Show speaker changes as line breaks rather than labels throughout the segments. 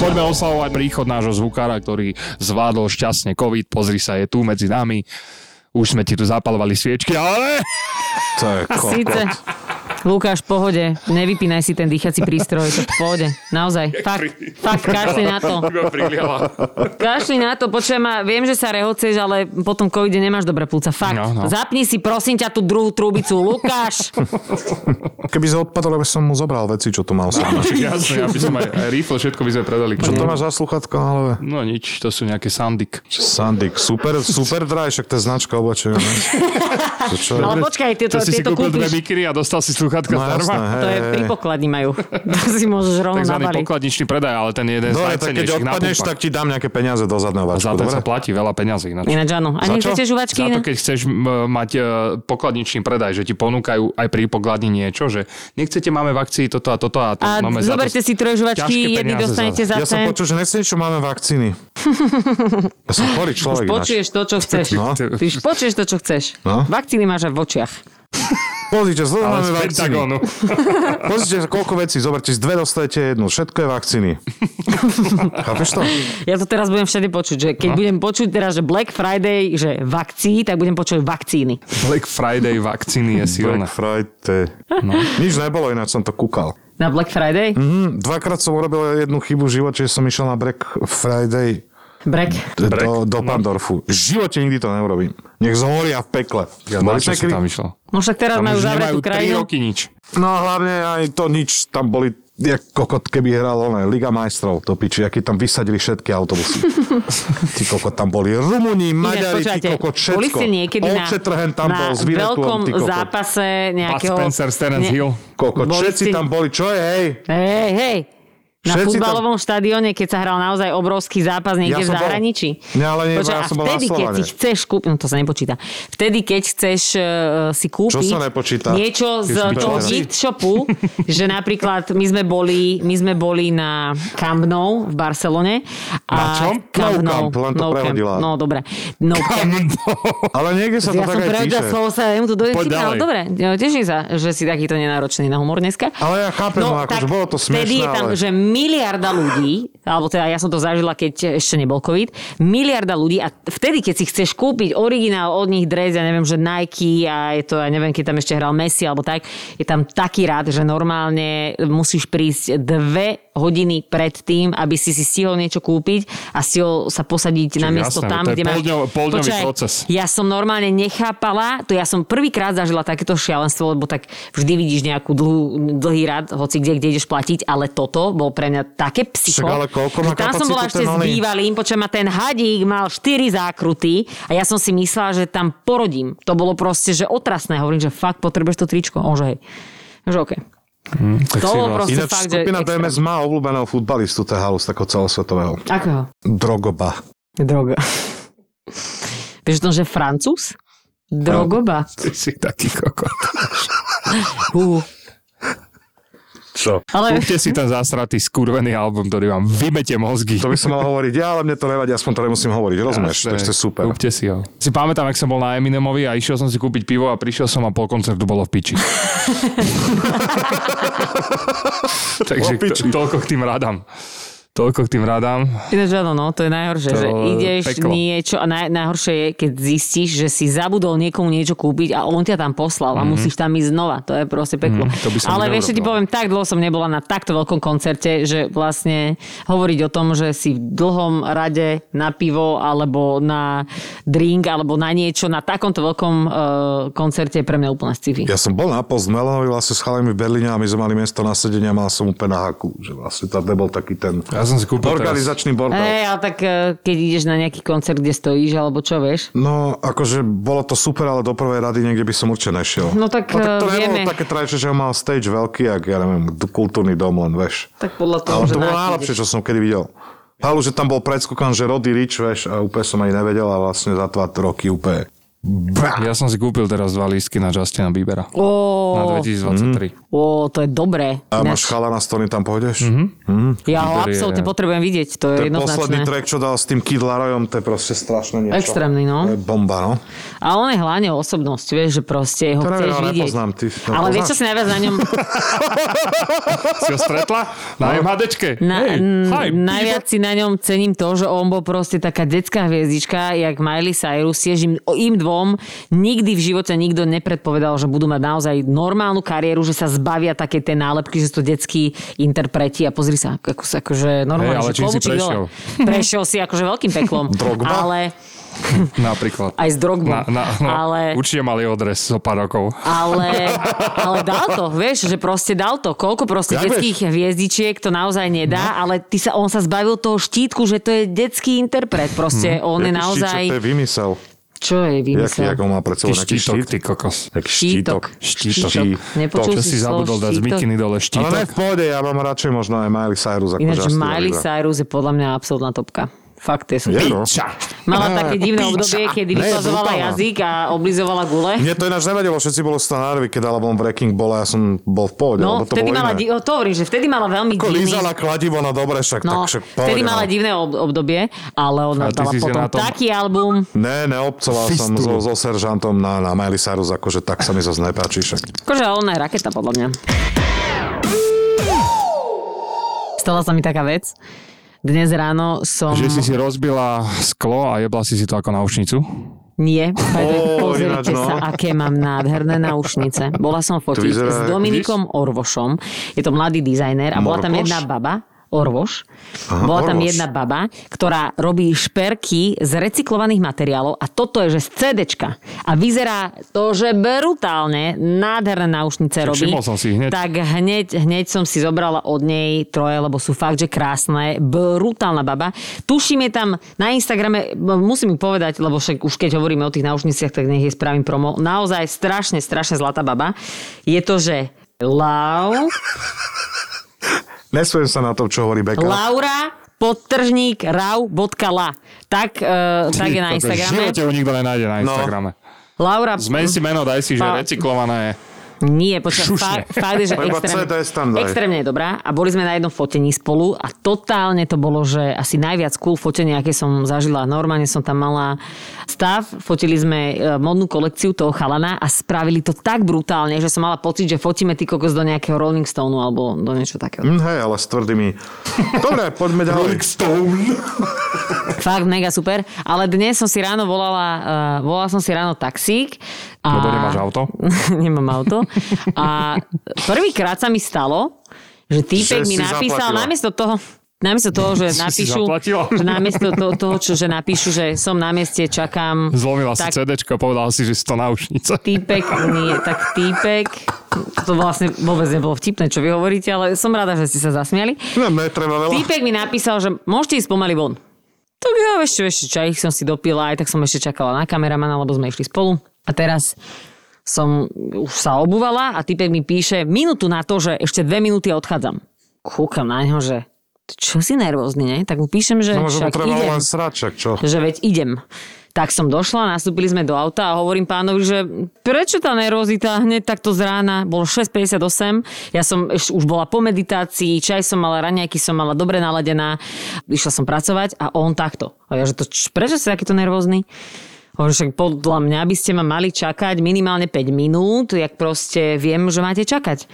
Poďme oslavovať príchod nášho zvukára, ktorý zvládol šťastne COVID. Pozri sa, je tu medzi nami. Už sme ti tu zapalovali sviečky, ale...
To je
A síce. Lukáš, v pohode, nevypínaj si ten dýchací prístroj, to v pohode, naozaj, fakt, fakt, kašli na to, kašli na to, počujem ma, viem, že sa rehoceš, ale potom covide nemáš dobré plúca, fakt,
No, no.
zapni si prosím ťa tú druhú trubicu, Lukáš,
Keby sa odpadol, aby som mu zobral veci, čo tu mal som.
Jasné, aby sme aj, aj rifle, všetko by sme predali.
Čo to máš za sluchátko na hlave?
No nič, to sú nejaké sandik.
Sandik, super, super dry, však to je značka oblečenia. ne? To čo je?
ale počkaj, ty to,
Čo si si
ty to
kúpil dve
kúpiš,
bikiny a dostal si sluchátka
No
zdarma?
jasné, hej,
to je
hej,
pri
hej.
pokladni majú, to si môžeš rovno
Takzvaný
nabaliť.
pokladničný predaj, ale ten je jeden z
Dobre, No, tak keď
najcennejších na
odpadneš,
pumpách.
tak ti dám nejaké peniaze do zadného
A Za
váčku,
to sa
dobre?
platí veľa peňazí. ináč.
Ináč áno,
Za
ani
čo?
nechcete žuvačky?
Za to,
iné?
keď chceš m, mať e, pokladničný predaj, že ti ponúkajú aj pri pokladni niečo, že nechcete, máme v akcii toto a toto a to.
A
máme za to-
zoberte si troje
ťažké
žuvačky, jedny
peniaze za-
dostanete za
Ja som
cent,
počul, že nechcem, čo máme vakcíny. Ja som chorý človek ináč.
počuješ to, čo chceš.
No.
Ty už počuješ to, čo chceš.
No.
Vakcíny máš aj v očiach.
Pozrite, zle
Ale
máme
z
vakcíny.
Pentagonu.
Pozrite, koľko vecí, zoberte, z dve dostanete jednu, všetko je vakcíny. Chápeš to?
Ja to teraz budem všade počuť, že
No.
keď budem počuť teraz, že Black Friday, že vakcí, tak budem počuť vakcíny.
Black Friday vakcíny je silná.
Black Friday.
No.
Nič nebolo, ináč som to kúkal.
Na Black Friday? Mm.
Hm, Dvakrát som urobil jednu chybu v živote, že som išiel na Black Friday
Brek.
t- do, do Pandorfu. V živote nikdy to neurobím. Nech zhoria v pekle. Boli
Prečo si
pekli?
tam išiel?
No však teraz majú
Už
zavretú
nemajú 3
krajinu.
roky nič.
No a hlavne aj to nič, tam boli jak kokot, keby hral oné, Liga majstrov, to piči, aký tam vysadili všetky autobusy. ty kokot, tam boli Rumúni, Maďari, ty
počúvajte,
kokot,
boli
všetko.
ste niekedy na,
Olčetrhen tam
na
bol, s Virekulom,
veľkom
ty kokot.
zápase
Bud
nejakého...
Spencer, Terence
ne-
Hill.
Kokot,
Boli
všetci
ste-
tam boli, čo je, hej?
Hej, hej. Na
Všetci tam-
futbalovom štadióne, keď sa hral naozaj obrovský zápas niekde
Ja
v
som bol.
zahraničí.
Nie, ale nie,
Počkaj,
ja
a
som bol na
vtedy, keď
Slovane.
si chceš kúpiť, no to sa nepočíta, vtedy, keď chceš uh, si kúpiť
Čo sa nepočíta?
niečo
Keď
z
sme
toho
povedali.
gift shopu, že napríklad my sme boli, my sme boli na Camp Nou v Barcelone. A
Na čom?
Camp Nou.
Nou Camp, len to
Nou Camp.
prehodila.
No dobre. No Camp.
Ale niekde sa to
Ja som
tak aj
prehodila
píše.
slovo, sa mu
Poď
to dojde.
ďalej.
Ale dobre, ja teším sa, že si takýto nenáročný na humor dneska.
Ale ja chápem, no, akože bolo to
Vtedy
smiešné,
je tam,
ale...
že miliarda ľudí, alebo teda ja som to zažila, keď ešte nebol COVID, miliarda ľudí a vtedy, keď si chceš kúpiť originál od nich dres, ja neviem, že Nike a je to, ja neviem, keď tam ešte hral Messi alebo tak, je tam taký rád, že normálne musíš prísť dve hodiny pred tým, aby si si stihol niečo kúpiť a stihol sa posadiť na miesto
jasné,
tam,
to je
kde máš...
poldňov- poldňový
Počúvaj,
proces.
ja som normálne nechápala, to ja som prvýkrát zažila takéto šialenstvo, lebo tak vždy vidíš nejakú dlhú, dlhý rad, hoci kde, kde ideš platiť, ale toto bol pre mňa také psycho.
Však ale koľko má
že tam som
kapacitu
bola ešte
ten
s
oný?
bývalým, počujem ma ten hadík mal 4 zákruty a ja som si myslela, že tam porodím. To bolo proste, že otrasné. Hovorím, že fakt potrebuješ to tričko. On že hej. Že okej.
Tak si
To
vlastne
bolo
vás-
proste
no. Ináč
fakt, že...
skupina
extrém.
BMS má obľúbeného futbalistu, to je halus takého celosvetového.
Akého?
Drogoba.
Droga. Vieš to, že Francúz? Drogoba.
Ty si taký kokot.
Hú.
Čo?
Ale-
Kúpte si ten zásratý skurvený album, ktorý vám vymete mozgy.
To by som mal hovoriť ja, ale mne to nevadí, aspoň to nemusím hovoriť, rozumieš? To je super.
Kúpte si ho. Si pamätám, ak som bol na Eminemovi a išiel som si kúpiť pivo a prišiel som a pol koncertu bolo v piči. Takže
Bolo v piči.
to, toľko k tým radám. Toľko k tým radám.
Ináč áno, no, to je najhoršie,
To
že
je
ideš
peklo.
niečo a naj, najhoršie je, keď zistíš, že si zabudol niekomu niečo kúpiť a on ťa tam poslal
Mhm.
a musíš tam ísť znova. To je proste peklo.
to by som
Ale vieš, čo ti
neurobil.
poviem, tak dlho som nebola na takto veľkom koncerte, že vlastne hovoriť o tom, že si v dlhom rade na pivo alebo na drink alebo na niečo na takomto veľkom uh, koncerte je pre mňa úplne sci-fi.
Ja som bol na Postmelonovi vlastne s chalami v Berlíne a my sme mali miesto na sedenie a mal som úplne na haku, že vlastne tam nebol taký ten...
A Ja som si kúpil teraz.
Organizačný bordel.
Hej, ale tak eh, keď ideš na nejaký koncert, kde stojíš, alebo čo vieš.
No, akože bolo to super, ale do prvej rady niekde by som určite nešiel.
No tak,
no, tak to
eh, vieme.
nebolo také trajšie, že mal stage veľký, ak ja neviem, d- kultúrny dom len, veš.
Tak podľa toho,
Ale
že
to bolo
na aký
najlepšie, čo som kedy videl. Halu, že tam bol predskúkan, že Roddy Rich, veš, a úplne som ani nevedel a vlastne za dva roky úplne. Bá!
Ja som si kúpil teraz dva lístky na Justina Biebera.
Ó,
Na 2023.
Mhm.
ó, to je dobré.
A
Ináč,
máš chalana s ktorým tam pôjdeš? Mm-hmm.
ja
Uber je-
ho absolútne potrebujem vidieť, to je
Ten posledný
jednoznačné.
track, čo dal s tým Kid Larojom, to je proste strašné niečo.
Extrémny, no.
To je bomba, no.
A on je hlavne osobnosť, vieš, že proste ho
To neviem,
chceš
ale
vidieť.
nepoznám, ty ho
ale vieš, čo
poznáš?
si najviac na ňom...
Si ho stretla? Na MHDčke.
Na,
Hej,
n-
hi,
najviac si na ňom cením to, že on bol proste taká detská hviezdička, jak Miley Cyrus, tiež im, o- im dvom nikdy v živote nikto nepredpovedal, že budú mať naozaj normálnu kariéru, že sa zbavia také tej nálepky, že sú to detskí interpreti a pozri sa, ako, sa- akože normálne,
Hej, ale
že
čím si
klobučík dole. Prešiel si akože veľkým peklom.
Drogba?
Ale
Napríklad.
aj s drogbou.
Na, na, no,
ale...
Určite mali odres zo pár rokov.
Ale, ale dal to, vieš, že proste dal to. Koľko proste
Jak
detských hviezdičiek to naozaj
No.
nedá, ale ty sa, on sa zbavil toho štítku, že to je detský interpret. Proste on je
Mhm. Jaký
naozaj...
štíčok, to je vymysel.
Čo je
Jaký,
vymysel?
ako má pred sebou
Ty
nejaký
štítok,
štít.
ty kokos.
Jaký
Štítok.
Štítok.
Štítok.
Nepočul
Čo
si
si
slovo
zabudol dať z
štítok?
mikiny dole
Ale ne, v
štítok?
pohode, ja mám radšej možno aj Miley Cyrus. Ako
Ináč
Justin
Miley
Bieber.
Cyrus je podľa mňa absolútna topka. Fakt je super.
Je, no.
Mala také divné obdobie, kedy
Ne, je
vyplazovala
brutálna.
jazyk a oblizovala gule.
Mne to ináč nevedelo, všetci bolo z toho nervy, keď album Breaking bol a ja som bol v pohode,
No,
lebo to bolo
vtedy mala,
iné.
di- o, to hovorím, že vtedy mala veľmi
Ako
divný...
lízala kladivo na dobre, však
No,
tak však
vtedy
pohode,
mala
no.
divné ob- obdobie, ale ona
A ty
dala
si si
potom
na tom-
taký album.
Ne, neobcoval som
Fistulu.
so, so seržantom na, na Miley Cyrus, akože tak sa mi zase nepáči. Však.
Akože ale ona je raketa, podľa mňa. Stala sa mi taká vec. Dnes ráno som...
Že si si rozbila sklo a jebla si si to ako náušnicu?
Nie, Paťo, pozrite
ináč, no.
sa, aké mám nádherné náušnice. Bola som
To
fotiť
vyzerá,
s Dominikom Orvošom. Je to mladý dizajner a bola tam
Morkoš?
jedna baba, Orvoš.
Aha,
bola tam
Orvoš.
jedna baba, ktorá robí šperky z recyklovaných materiálov a toto je, že z CDčka. A vyzerá to, že brutálne nádherné náušnice robí.
všimol som si hneď.
Tak hneď, hneď som si zobrala od nej troje, lebo sú fakt, že krásne. Brutálna baba. Tuším je tam na Instagrame, m- musím im povedať, lebo však už keď hovoríme o tých náušniciach, tak nech je spravím promo. Naozaj strašne, strašne zlatá baba. Je to, že Lau,
Nesviem sa na to, čo hovorí Beka.
Laura podtržník rau.la. Tak, e, tak je na
V
Instagrame.
živote ho nikto nenájde na Instagrame.
Laura...
Zmen si meno, daj si, že
Pa-
recyklované je.
Nie, počkaj,
Šušne.
fakt, fakt je, že
Lebo
extrémne,
CDS tam daj.
extrémne je dobrá. A boli sme na jednom fotení spolu a totálne to bolo, že asi najviac cool fotenie, aké som zažila. Normálne som tam mala stav, fotili sme e, modnú kolekciu toho chalana a spravili to tak brutálne, že som mala pocit, že fotíme ty kokos do nejakého Rolling Stoneu alebo do niečo takého.
Hm, hej, ale s tvrdými. Dobre, poďme ďalej.
Fakt mega super. Ale dnes som si ráno volala, uh, volala som si ráno taxík. A...
Lebo nemáš auto?
nemám auto. A prvýkrát sa mi stalo, že týpek
Že
mi
si
napísal
zaplatila.
namiesto toho, Namiesto toho, že
Si si
napíšu,
zaplatila?
že namiesto to, toho, čo, že napíšu, že som na mieste, čakám.
Zlomila si
tak
CDčko, povedala si, že si to náušnica.
týpek, nie, tak týpek, to vlastne vôbec nebolo vtipné, čo vy hovoríte, ale som rada, že ste sa zasmiali.
No, netreba veľa.
Týpek mi napísal, že môžete ísť pomaly von. Tak ja ešte, ešte čaj som si dopila, aj tak som ešte čakala na kameramana, lebo sme išli spolu. A teraz som už sa obúvala a typek mi píše minútu na to, že ešte dve minúty a odchádzam. Kúkam na ňo, že čo si nervózny, ne? Tak mu píšem, že
No, možno
však
treba
idem
len srať, však čo.
že veď idem. Tak som došla, nastúpili sme do auta a hovorím pánovi, že prečo tá nervozita hneď takto z rána? Bolo 6.58, ja som eš- už bola po meditácii, čaj som mala, raňajky som mala dobre naladená, išla som pracovať a on takto. A ja, že to, č- prečo si takýto nervózny? Hovorím, však podľa mňa by ste ma mali čakať minimálne 5 minút, jak proste viem, že máte čakať.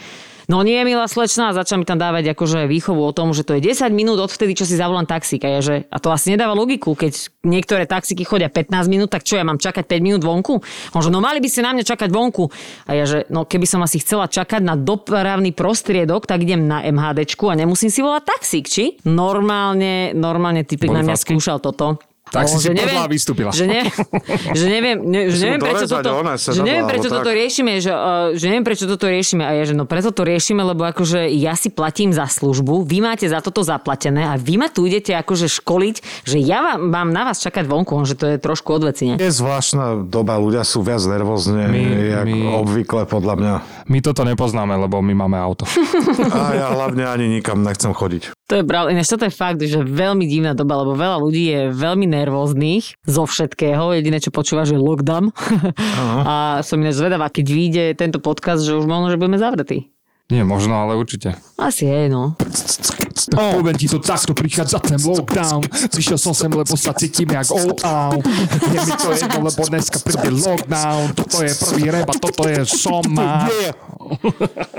No nie, milá slečná, a začal mi tam dávať akože výchovu o tom, že to je 10 minút od vtedy, čo si zavolám taxík. A, ja, že, a to asi nedáva logiku, keď niektoré taxíky chodia 15 minút, tak čo ja mám čakať 5 minút vonku? On že, no mali by ste na mňa čakať vonku. A ja, že no keby som asi chcela čakať na dopravný prostriedok, tak idem na MHDčku a nemusím si volať taxík, či? Normálne, normálne typek
Boli
na mňa
facky?
skúšal toto.
Tak si
Že
si podľa vystúpila.
Že, ne, že neviem, ne, že
Si
neviem,
mu
prečo,
dorezať,
toto,
ona sa
že neviem,
dala,
prečo
alebo
toto
tak.
riešime, že, uh, že neviem, prečo toto riešime. A ja, že no preto to riešime, lebo akože ja si platím za službu, vy máte za toto zaplatené a vy ma tu idete akože školiť, že ja vám, mám na vás čakať vonku, on, že to je trošku odvecine.
Je zvláštna doba, ľudia sú viac nervózne, my,
My-
jak my...
my-
obvykle podľa mňa.
My toto nepoznáme, lebo my máme auto.
A ja hlavne ani nikam nechcem chodiť.
To je pravda. Ináč toto je fakt, že veľmi divná doba, lebo veľa ľudí je veľmi nervóznych zo všetkého. Jediné, čo počúva, že je lockdown. A som ináč zvedavá, keď vyjde tento podcast, že už možno, že budeme zavretí.
Nie, možno, ale určite.
Asi je, no.
Oh. Poviem ti to takto, prichádza ten lockdown. Prišiel som sem, lebo sa cítim jak old out. Je mi to jedno, lebo dneska príde lockdown. Toto je prvý reba, toto je soma.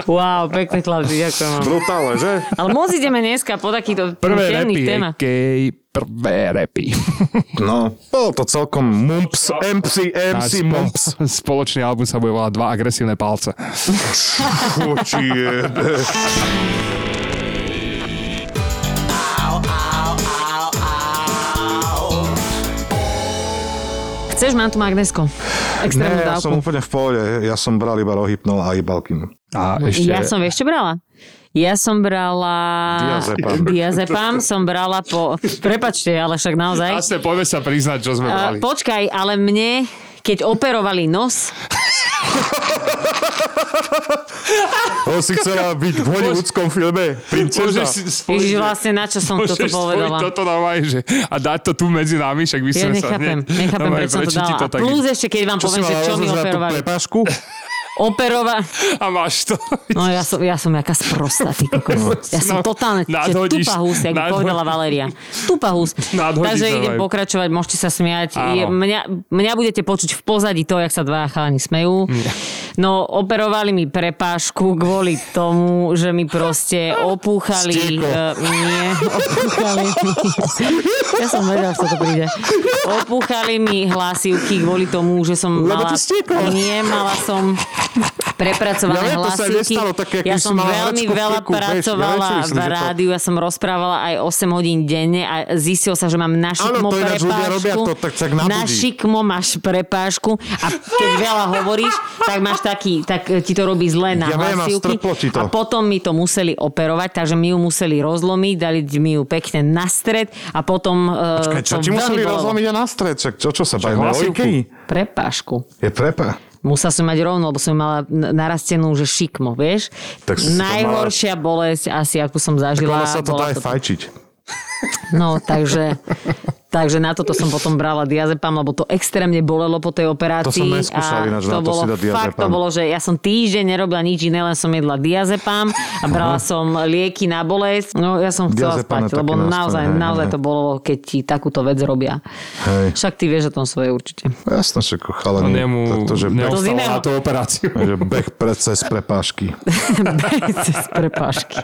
Wow, pekné chlapci, ďakujem vám.
Brutálne, že?
Ale moc ideme dneska po takýchto
Prvé
temných
repy,
témach.
akej prvé repy.
No, bolo to celkom mumps, MC,
Náš
MC mumps.
spo- Spoločný album sa bude volať Dva agresívne palce.
Oči jebe.
Chceš, mám tu magnesko. Extrémnu
Ne, ja som
dávku.
úplne v pohode. Ja som bral iba rohypnol a ibalkin.
A ešte...
No, Ja som, vieš čo brala? Ja som brala...
Diazepam.
Diazepam som brala po... Prepačte, ale však naozaj.
Vlastne poďme sa priznať, čo sme
A,
brali.
počkaj, ale mne, keď operovali nos,
On si chcela byť v hollywoodskom filme. Princezna.
si spojiť,
Ježiš,
že-
vlastne na čo som toto
môžeš spojiť
povedala.
toto normálne, že a dať to tu medzi nami, však by
Ja
sme sa...
nechápem,
hneď-
nechápem,
Normálne,
prečo som to
ti
dala. A
tak-
plus ešte, keď vám poviem, že čo mi operovali.
prepášku?
Operova...
A máš to.
No ja som, ja som jaká sprosta, ty kokos. Ja
No,
som totálne že
nadhodíš,
tupá hus, jak by
nadhodíš.
povedala Valéria. Tupá hus.
Nadhodíš
Takže
to,
idem
hej.
pokračovať, môžete sa smiať.
Áno.
Je, mňa, mňa budete počuť v pozadí to, jak sa dva chalani smejú. No, operovali mi prepášku kvôli tomu, že mi proste opúchali...
Stieko.
Uh, nie, opúchali mi... Ja som vedela, že to príde. Opúchali mi hlasivky kvôli tomu, že som mala...
Lebo ti stieklo.
Nie, mala som prepracované
Ja viem, to sa aj
hlasivky.
nestalo také, ako
Vlastne ja
si
som
mala
veľmi
hračku v
veľa
krku, vieš, ja
pracovala
neviem, čo
v
myslíš, že to-
rádiu, ja som rozprávala aj 8 hodín denne a zistilo sa, že mám na šikmo
to ináč ľudia
prepážku.
robia, to tak- tak nabudí.
na šikmo máš prepážku a keď veľa hovoríš, tak máš taký, tak e, ti to robí zle na
Ja viem, a
hlasivky.
strplo ti to.
A potom mi to museli operovať, takže mi ju museli rozlomiť, dali mi ju pekne na stred a potom... e,
Počkaj,
to
čo ti
veľmi
museli
bolelo.
rozlomiť a na stred? Čak, čo, čo sa bavíme?
hlasivku.
Ojky?
Prepážku.
Je prepa.
Musela som mať rovno, lebo som ju mala n- narastenú, že šikmo, vieš.
Tak si to mala-
Najhoršia bolesť asi, akú som
Tak
zažila.
ono sa to
bola
dá aj fajčiť.
No, takže... Takže na toto som potom brala diazepam, lebo to extrémne bolelo po tej operácii.
To som neskúšal
a
ináč, na to
bolo,
si dať
Fakt to
diazepam.
bolo, že ja som týždeň nerobila nič iné, len som jedla diazepam a brala som lieky na bolesť. No ja som chcela
Diazepam je
spať, lebo
taký nástroj,
naozaj,
hej, hej,
naozaj
hej.
to bolo, keď ti takúto vec robia.
Hej.
Však ty vieš o tom svoje určite.
Jasné, že
To
No chalani.
No
nemu
to, že beh,
To
neostalo
z iného.
na tú operáciu.
že beh predsa z prepášky.
cez prepážky.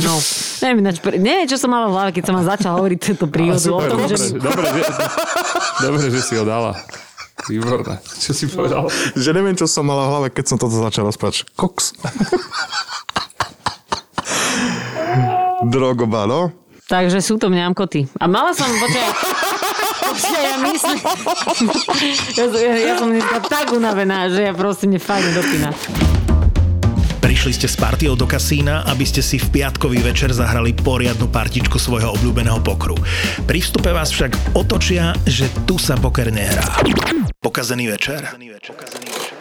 No, neviem, ináč, pre- neviem, čo som mala v hlave, keď som vám začala hovoriť túto príhodu
Assim
o tom, že...
Dobre, dobre, že, dobre, že si ho dala. Výborné. Čo si povedal?
že neviem, čo som mala v hlave, keď som toto začal rozprávať. že Koks. Drogoba, no?
Takže sú to mňamkoty. A mala som, počkaj, počkaj, ja myslím... ja, som- ja, ja som dneska tak unavená, že ja proste mne fajne dopína.
Prišli ste s partiou do kasína, aby ste si v piatkový večer zahrali poriadnu partičku svojho obľúbeného pokru. Pri vstupe vás však otočia, že tu sa poker nehrá. Pokazený večer?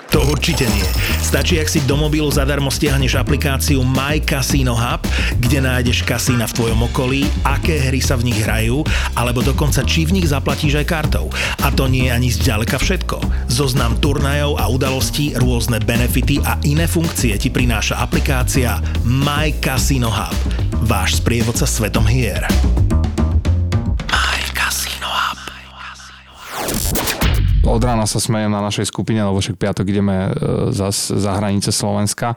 To určite nie. Stačí, ak si do mobilu zadarmo stiahneš aplikáciu My Casino Hub, kde nájdeš kasína v tvojom okolí, aké hry sa v nich hrajú, alebo dokonca či v nich zaplatíš aj kartou. A to nie je ani zďaleka všetko. Zoznam turnajov a udalostí, rôzne benefity a iné funkcie ti prináša aplikácia My Casino Hub. Váš sprievodca svetom hier. My Casino Hub.
Od rána sa smejem na našej skupine, lebo však piatok ideme e, zas za hranice Slovenska,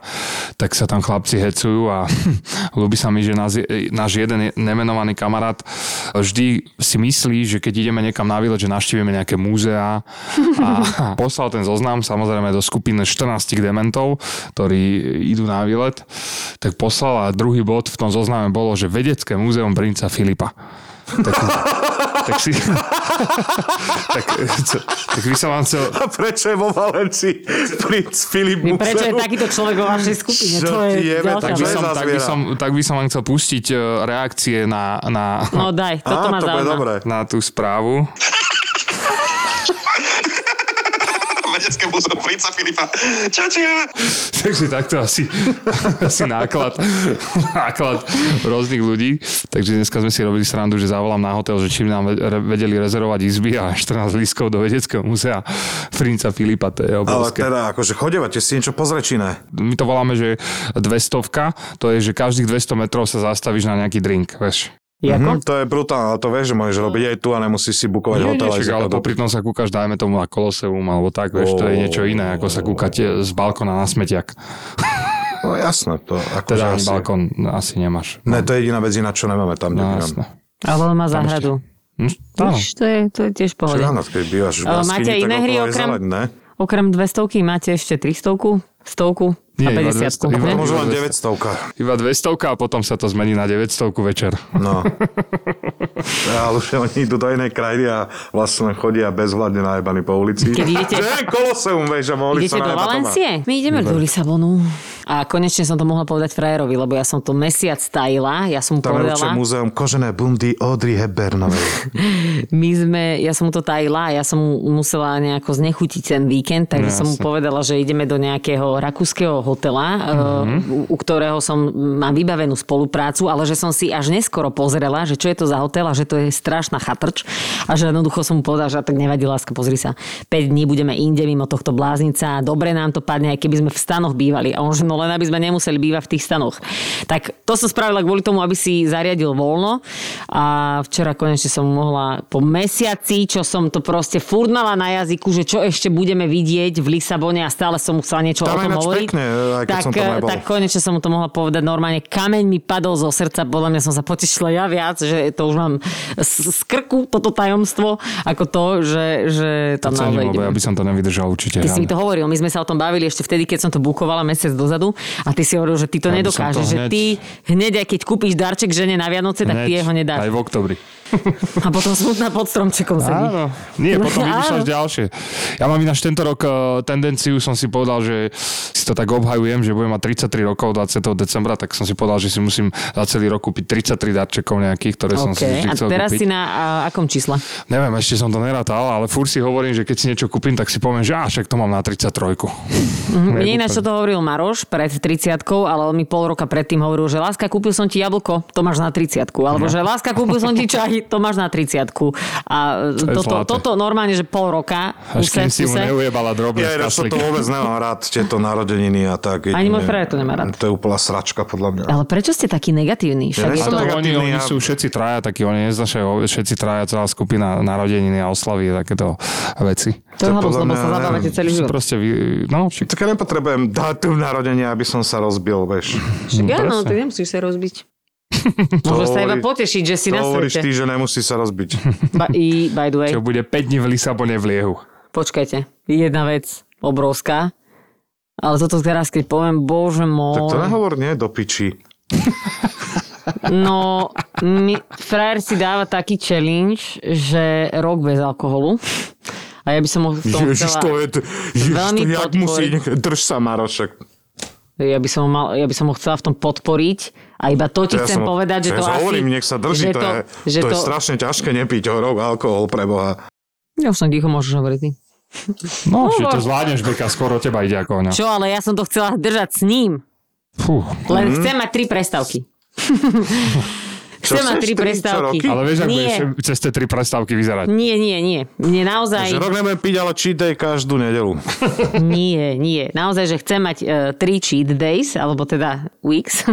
tak sa tam chlapci hecujú a ľúbi sa mi, že nás, je- e, náš jeden je- nemenovaný kamarát vždy si myslí, že keď ideme niekam na výlet, že navštívime nejaké múzea a poslal ten zoznam samozrejme do skupiny 14 dementov, ktorí idú na výlet, tak poslal a druhý bod v tom zozname bolo, že vedecké múzeum princa Filipa. Tak, tak si... tak, e, co, tak by som vám chcel...
A prečo je vo Valencii princ Filip
Vy Prečo je
Museu?
takýto človek vo vašej skupine? To
Čo
je
ti jebe,
ďalšia
Tak by,
tak
vec.
je
som,
za
tak, by
zviera?
som, tak by som vám chcel pustiť e, reakcie na, na,
No daj, toto
Á,
ma
to bude
zaujíma.
dobré.
na tú správu.
Vedecké múzeum princa Filipa. Čo ti je?
Takže takto asi, asi náklad, náklad rôznych ľudí. Takže dneska sme si robili srandu, že zavolám na hotel, že čím nám ve- re- vedeli rezervovať izby a 14 lístkov do vedeckého muzea Princa Filipa, to je
Ale
obrovské.
teda, akože chodevate si niečo pozrieť, či ne?
My to voláme, že 200, to je, že každých 200 metrov sa zastavíš na nejaký drink, vieš.
Jako?
Hm, to je brutálne, ale to vieš, že môžeš robiť aj tu a nemusíš si
Nie,
bukovať hotel.
nie,
aj
však,
za
ale
tebou.
popri tom sa kúkaš, dajme tomu na Koloseum alebo tak, vieš, to je niečo iné, ako sa kúkať z balkona na smetiak.
No jasné, to akože
Teda
asi...
balkón asi nemáš.
Ne, to je jediná vec, ináč čo nemáme tam.
No,
No,
jasné.
Ale on má záhradu.
Hm, áno.
Už, to je, to je tiež
Čo
pohoda.
ráno, keď bývaš v
Ale
Baskyni,
máte
tak
iné hry
okolo je
okrem-
zeleň, ne?
Okrem 200 máte ešte 300, 100 a
Nie, iba
50.
200, iba
ne?
možno-
Môžu len
Dve-
900.
Iba 200 a potom sa to zmení na 900 večer.
No. Ale už oni idú do inej krajiny a vlastne chodia bezvládne najebaní po ulici.
Keď idete-
Že Koloseum, vieš, a mohli
Idete
sa
do
najebať doma.
Valencie? My ideme do Lisabonu. A konečne som to mohla povedať frajerovi, lebo ja som to mesiac tajila, ja som mu
Tam je určite
povedala,
múzeum kožené bundy Audrey Hepburnovej.
my sme, ja som mu to tajila, ja som mu musela nejako znechutiť ten víkend, takže
No,
som mu
jasne.
povedala, že ideme do nejakého rakúskeho hotela, mm-hmm. u, u ktorého som, mám vybavenú spoluprácu, ale že som si až neskoro pozrela, že čo je to za hotel a že to je strašná chatrč a že jednoducho som mu povedala, že tak nevadí, láska, pozri sa, 5 dní budeme inde mimo tohto bláznica, dobre nám to padne, aj keby sme v stanoch bývali. A on, že no len aby sme nemuseli bývať v tých stanoch. Tak to som spravila kvôli tomu, aby si zariadil voľno a včera konečne som mohla po mesiaci, čo som to proste furnala na jazyku, že čo ešte budeme vidieť v Lisabone a stále som musela niečo o
Tam je
tom
ináč
hovoriť.
pekne, aj
tak,
keď
eh,
som tam nebol.
tak konečne som mu to mohla povedať normálne. Kameň mi padol zo srdca, podľa mňa som sa potešila ja viac, že to už mám z, z krku toto tajomstvo, ako to, že, že tam naozaj
Cením, lebo
ideme.
ja by som to nevydržal určite.
Ty si
reálne.
mi to hovoril, my sme sa o tom bavili ešte vtedy, keď som to bukovala mesiac dozadu a ty si hovoril, že ty
Ja by
to
som
nedokážeš,
to
že
hneď-
ty hneď aj keď kúpiš darček žene na Vianoce, tak
Hneď,
ty teda jeho
Aj
nedáš.
v oktobri.
A potom smutná pod stromčekom sedí.
Áno. Nie, potom
No, Áno.
vymýšľaš ďalšie. Ja mám ináč tento rok eh, tendenciu, som si povedal, že si to tak obhajujem, že budem mať 33 rokov 20. decembra, tak som si povedal, že si musím za celý rok kúpiť 33 darčekov nejakých, ktoré som si
Okay.
vždy
A
chcel
teraz
kúpiť.
si na a, akom čísle?
Neviem, ešte som to nerátal, ale fur si hovorím, že keď si niečo kúpim, tak si poviem, že á, však to mám na 33.
Mhm. Mne ináč toto hovoril Maroš pred 30 ale on mi pol roka predtým hovoril, že láska, kúpil som ti jablko, to máš na 30 alebo že láska, kúpil som ti čaj, to máš na 30 A
To je
toto,
zlaté.
toto normálne, že pol roka,
Až
kuse,
kým si mu
kuse.
neujebala drobné
Ja ináč
skaslíky.
to vôbec nemám rád, tieto narodeniny a tak.
Ani môj
jedine-
frajer to nemá rád.
To je úplná sračka, podľa mňa.
Ale prečo ste taký negatívny? Však
Ja
je
som
to...
To oni,
Negatívny
oni
jav.
sú všetci traja takí, oni neznašajú všetci traja, celá skupina narodeniny a oslavy a takéto veci.
To je
To
hlúposť,
podľa
lebo
mňa,
sa zabávate
neviem,
celý
Si
život.
proste vy, no, či,
Tak ja nepotrebujem dátum narodenia, aby som sa rozbil, vieš.
Však áno,
presne.
ty no, nemusíš sa rozbiť. Môžeš sa iba
hovoríš-
potešiť, že si
to
na
hovoríš ty,
svete.
že nemusí sa rozbiť.
Ba, i, by the way,
čo bude 5 dní v Lisabone v Liehu.
počkajte. Jedna vec obrovská. Ale toto teraz, keď poviem, bože môj.
Tak to nehovor, nie, do piči.
No, mi, frajer si dáva taký challenge, že rok bez alkoholu. A ja by som ho v tom
Ježiš, to
chcela...
je... Ježiš,
veľmi
to nejak
podporiť.
musí... Drž sa, Marošek.
Ja by, som ho mal, ja by som ho chcela v tom podporiť. A iba to ti
ja
chcem
som-
povedať, že
ja
to asi...
hovorím, nech sa
že
drží, to, je,
že
to, je strašne ťažké nepiť o rok alkohol pre Boha.
Ja už som ticho, môžeš hovoriť ty.
No, že to zvládneš, Beka, skoro teba ide ako ona.
Čo, ale ja som to chcela držať s ním.
Fú.
Len chcem mať tri prestávky.
Mhm. Čo
chcem mať
chceš,
tri
tri, čo
prestávky.
roky?
Ale vieš, ako
nie,
budeš cez tie tri prestávky vyzerať.
nie, nie, nie. Mne naozaj...
Že rok nebudem piť, ale cheat day každú nedelu.
Nie, nie. Naozaj, že chcem mať 3 cheat days, alebo teda weeks,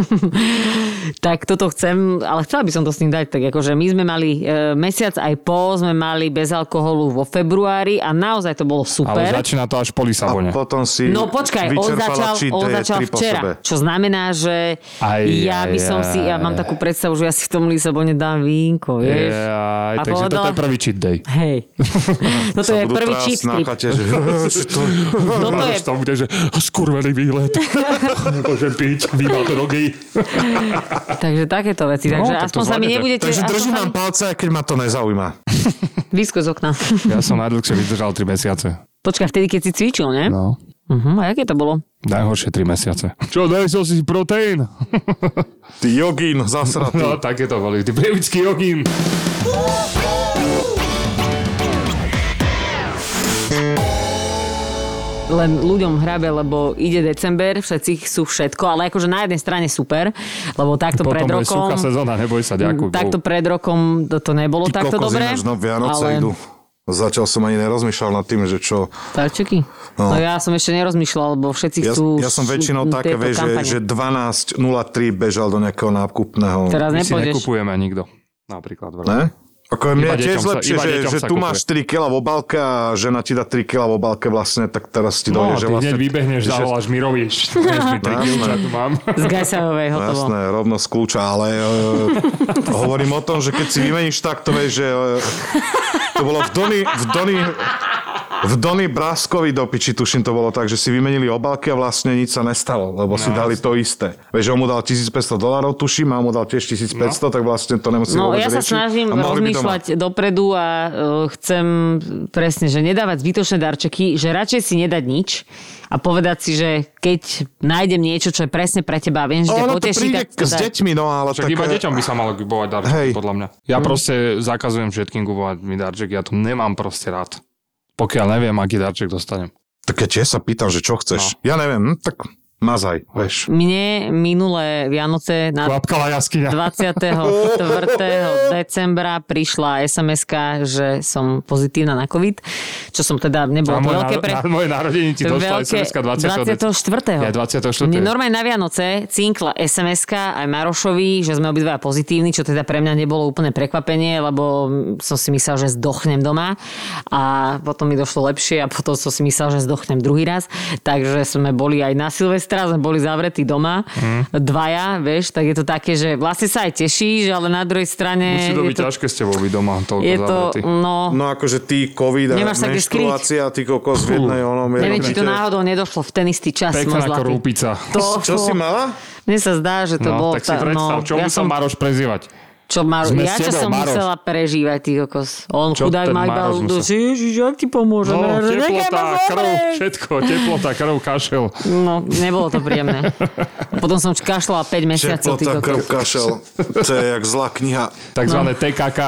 tak toto chcem, ale chcela by som to s ním dať. Tak akože my sme mali e, mesiac aj pol, sme mali bez alkoholu vo februári a naozaj to bolo
Ale
super.
začína to až po
A
Lisabone.
potom si
No počkaj, on
vyčerpala
začal,
cheat
on
daye
začal
tri po
včera,
sebe.
čo znamená, že
Aj,
ja by
aj,
som si, ja
aj.
mám takú predstavu, že ja si v tom tomu Lisabone dám vínko, vieš.
Jaj, takže
A no.
toto
povedala-
je prvý cheat day.
Hej. Toto je
Budú
prvý
teraz
cheat tip.
snáchate, že...
Toto je
Až
No,
tam bude, že skurvený výlet. Nemôžem piť, vybáte rogy.
Takže takéto veci.
No,
takže
tak to
aspoň sa mi
zvládnete.
nebudete...
Takže
aspoň
držím
sa
vám
mi-
palce, aj keď ma to nezaujíma.
Výsko z okna.
Ja som najdlhšie vydržal 3 mesiace.
Počkaj, vtedy, keď si cvičil, ne?
No.
No. Uh-huh, a aké to bolo?
Najhoršie 3 mesiace. Čo, nejsol si proteín?
Ty jogín, zasratý.
No, také to boli. Ty prievický jogín.
Len ľuďom hrabe, lebo ide december, všetci sú všetko, ale akože na jednej strane super, lebo takto pred
Potom bude
rokom... Mm,
suchá sezóna, neboj sa, ďakuj.
Takto pred rokom to, to nebolo
Ty
takto
kokos,
dobre.
ináč, no Vianoce ale... idú. Začal som ani nerozmýšľal nad tým, že čo...
Tarčeky? No. no
No.
ja som ešte nerozmýšľal, lebo všetci
Ja,
chcú...
ja som väčšinou také,
tieto
vieš,
kampane.
že, že 12.03 bežal do nejakého nákupného.
Teraz
My si
nepôjdeš.
nekupujeme nikto. Napríklad. vraj.
Ne? Ako
Iba
je mne tiež
deťom sa-
lepšie,
iba
že,
deťom
že
sa
tu
kupuje.
máš 3 kg v obálke a žena ti dá 3 kg v obálke vlastne, tak teraz ti
No,
dojde, že
ty
vlastne...
hneď vybehneš,
že-
zavoláš Mirovi. Dnes mi 3
Jasné.
kilča tu mám.
Z Gajsajovej,
No
hotovo.
jasné, rovno z kľúča, ale e, hovorím o tom, že keď si vymeníš tak, to vieš, že e, to bolo v Doni, v Doni, v Doni Braskovi do piči, tuším, to bolo tak, že si vymenili obálky a vlastne nič sa nestalo, lebo no, si dali to isté. Vieš, on mu dal 1500 dolárov, tuším, a on mu dal tiež 1500, no. tak vlastne to nemusí
No
vôbec
ja sa
riešiť
snažím
a mohli by doma.
rozmýšľať dopredu a uh, chcem presne, že nedávať zbytočné darčeky, že radšej si nedať nič a povedať si, že keď nájdem niečo, čo je presne pre teba a viem, že ťa
Ono to
poteší,
príde
tak
k- s
daj.
deťmi, no ale
Však
tak...
iba
e,
deťom by sa malo gubovať darček,
Hej.
podľa mňa. Ja proste zakazujem všetkým gubovať mi darček, ja to nemám proste rád. Pokiaľ neviem, aký darček dostanem.
Tak keď ja sa pýtam, že čo
No.
chceš, ja neviem, hm, tak mazaj, vieš.
Mne minulé Vianoce na
Kvapkala jaskyňa.
24. decembra prišla sms že som pozitívna na COVID, čo som teda
Na
nebolo to
moje,
veľké
naro-
pre...
na moje narodení ti došla
veľké-
SMS-ka 20. Ja,
24.
24..
Mne normálne na Vianoce cinkla sms aj Marošovi, že sme obidva pozitívni, čo teda pre mňa nebolo úplne prekvapenie, lebo som si myslel, že zdochnem doma a potom mi došlo lepšie a potom som si myslel, že zdochnem druhý raz. Takže sme boli aj na Silvestra, sme boli zavretí doma,
Mhm.
dvaja, vieš, tak je to také, že vlastne sa aj tešíš, ale na druhej strane
Musí to
je
byť
to,
ťažké s tebou byť doma, toľko
je to
zavretý.
no,
No akože ty COVID a
Nemáš sa kde skryť.
menštruácia, ty kokos v jednej onom.
Neviem, či to
jednotite.
náhodou nedošlo v ten istý čas.
Pekná
môj
ako
zlatý.
rúpica.
To,
Čo si mala?
Mne sa zdá, že to
No,
bolo...
tak si predstav,
no,
čo
ja
by sa
som,
Maroš prezývať.
čo Maro,
Sme
ja
s
čo
tebou,
som
Maroš.
musela prežívať, ty kokos. On
Čo
chudák
ten
ma iba...
Maroš musel?
Musel... Ježiš, jak ti pomôžem?
No,
Ja, že nechaj ma
teplota,
zobrať.
krv, všetko, teplota, krv, kašel.
No, nebolo to príjemné. Potom som kašľala 5 mesiacov, ty
Teplota, krv,
kokos.
kašel. To je jak zlá kniha.
Takzvané TKK.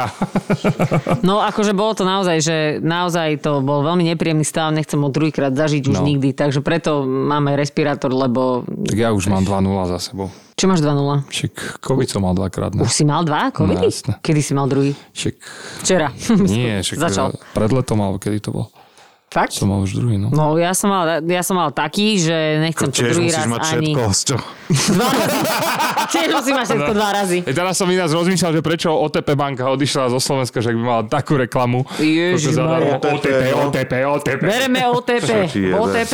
No, akože bolo to naozaj, že naozaj to bol veľmi nepríjemný stav, nechcem ho druhýkrát zažiť
No.
už nikdy, takže preto máme respirátor, lebo...
Tak ja už mám 2-0 za sebou.
Čo máš 2-0?
Čik, COVID som mal dvakrát. Ne?
Už si mal dva
No,
covidy?
jasné.
Kedy si mal druhý?
Čik,
Včera.
nie, však eh,
Začal.
pred letom, alebo kedy to bol.
Fakt?
Som mal už druhý, no.
No ja som mal, ja som mal taký, že nechcem to
Tiež
druhý
musíš
raz
mať
ani...
všetko. z Čo?
Dva razy. Tiež musím mať všetko dva razy.
E, teraz som ináč rozmýšľal, že prečo OTP banka odišla zo Slovenska, že ak by mala takú reklamu.
Ježiš,
Koľko zadarmo.
Maria.
OTP, OTP, OTP.
Bereme OTP.
Čo ti jebe?
OTP.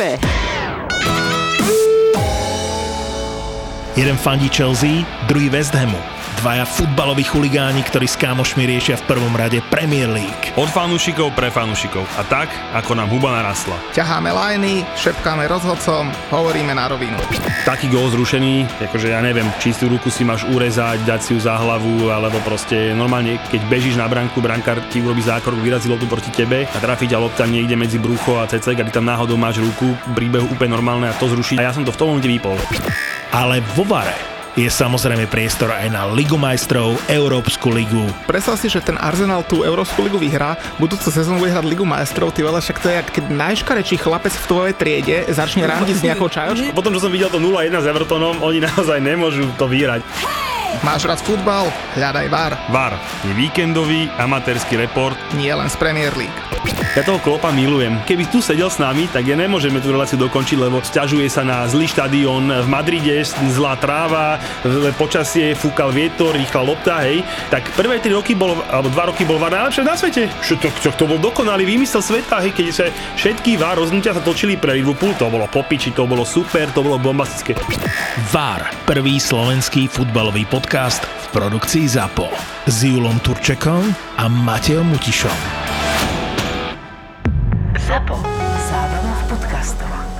Jeden fandí Chelsea, druhý West Hamu. Dvaja futbaloví chuligáni, ktorí s kámošmi riešia v prvom rade Premier League.
Od fanúšikov pre fanúšikov. A tak, ako nám huba narastla.
ťaháme lajny, šepkáme rozhodcom, hovoríme na rovinu.
Taký gól zrušený, akože ja neviem, čistú ruku si máš urezať, dať si ju za hlavu, alebo proste normálne, keď bežíš na branku, brankár ti urobí zákrok, vyrazí loptu proti tebe a trafí ťa lopta niekde medzi brucho a cecek a ty tam náhodou máš ruku, príbehu úplne normálne a to zruší. A ja som to v tom momente vypol.
Ale vo Vare je samozrejme priestor aj na Ligu majstrov, Európsku ligu.
Predstav si, že ten Arsenal tú Európsku ligu vyhrá, budúcu sezónu bude hrať ligu majstrov, ty vole, však to je, jak keď najškarečší chlapec v tvojej triede začne randiť s nejakou čajočkou.
Potom, čo som videl to 0-1 s Evertonom, oni naozaj nemôžu to vyhrať.
Máš rád futbal? Hľadaj VAR,
VAR je víkendový amatérsky report
nie len z Premier League.
Ja toho klopa milujem. Keby tu sedel s nami, tak ja nemôžeme tú reláciu dokončiť, lebo sťažuje sa na zlý štadión v Madride, zlá tráva, zlé počasie, fúkal vietor, rýchla lopta, hej. Tak prvé 3 roky bolo, alebo 2 roky bol VAR najlepšie na svete. Čo to, to, to bol dokonalý výmysel sveta, hej, keď sa všetky VAR rozhodnutia sa točili pre Liverpool, to bolo popiči, to bolo super, to bolo bombastické.
VAR, prvý slovenský futbalový podcast podcast v produkcii ZAPO s Julom Turčekom a Matejom Mutišom.
Zábrná v podcastovách.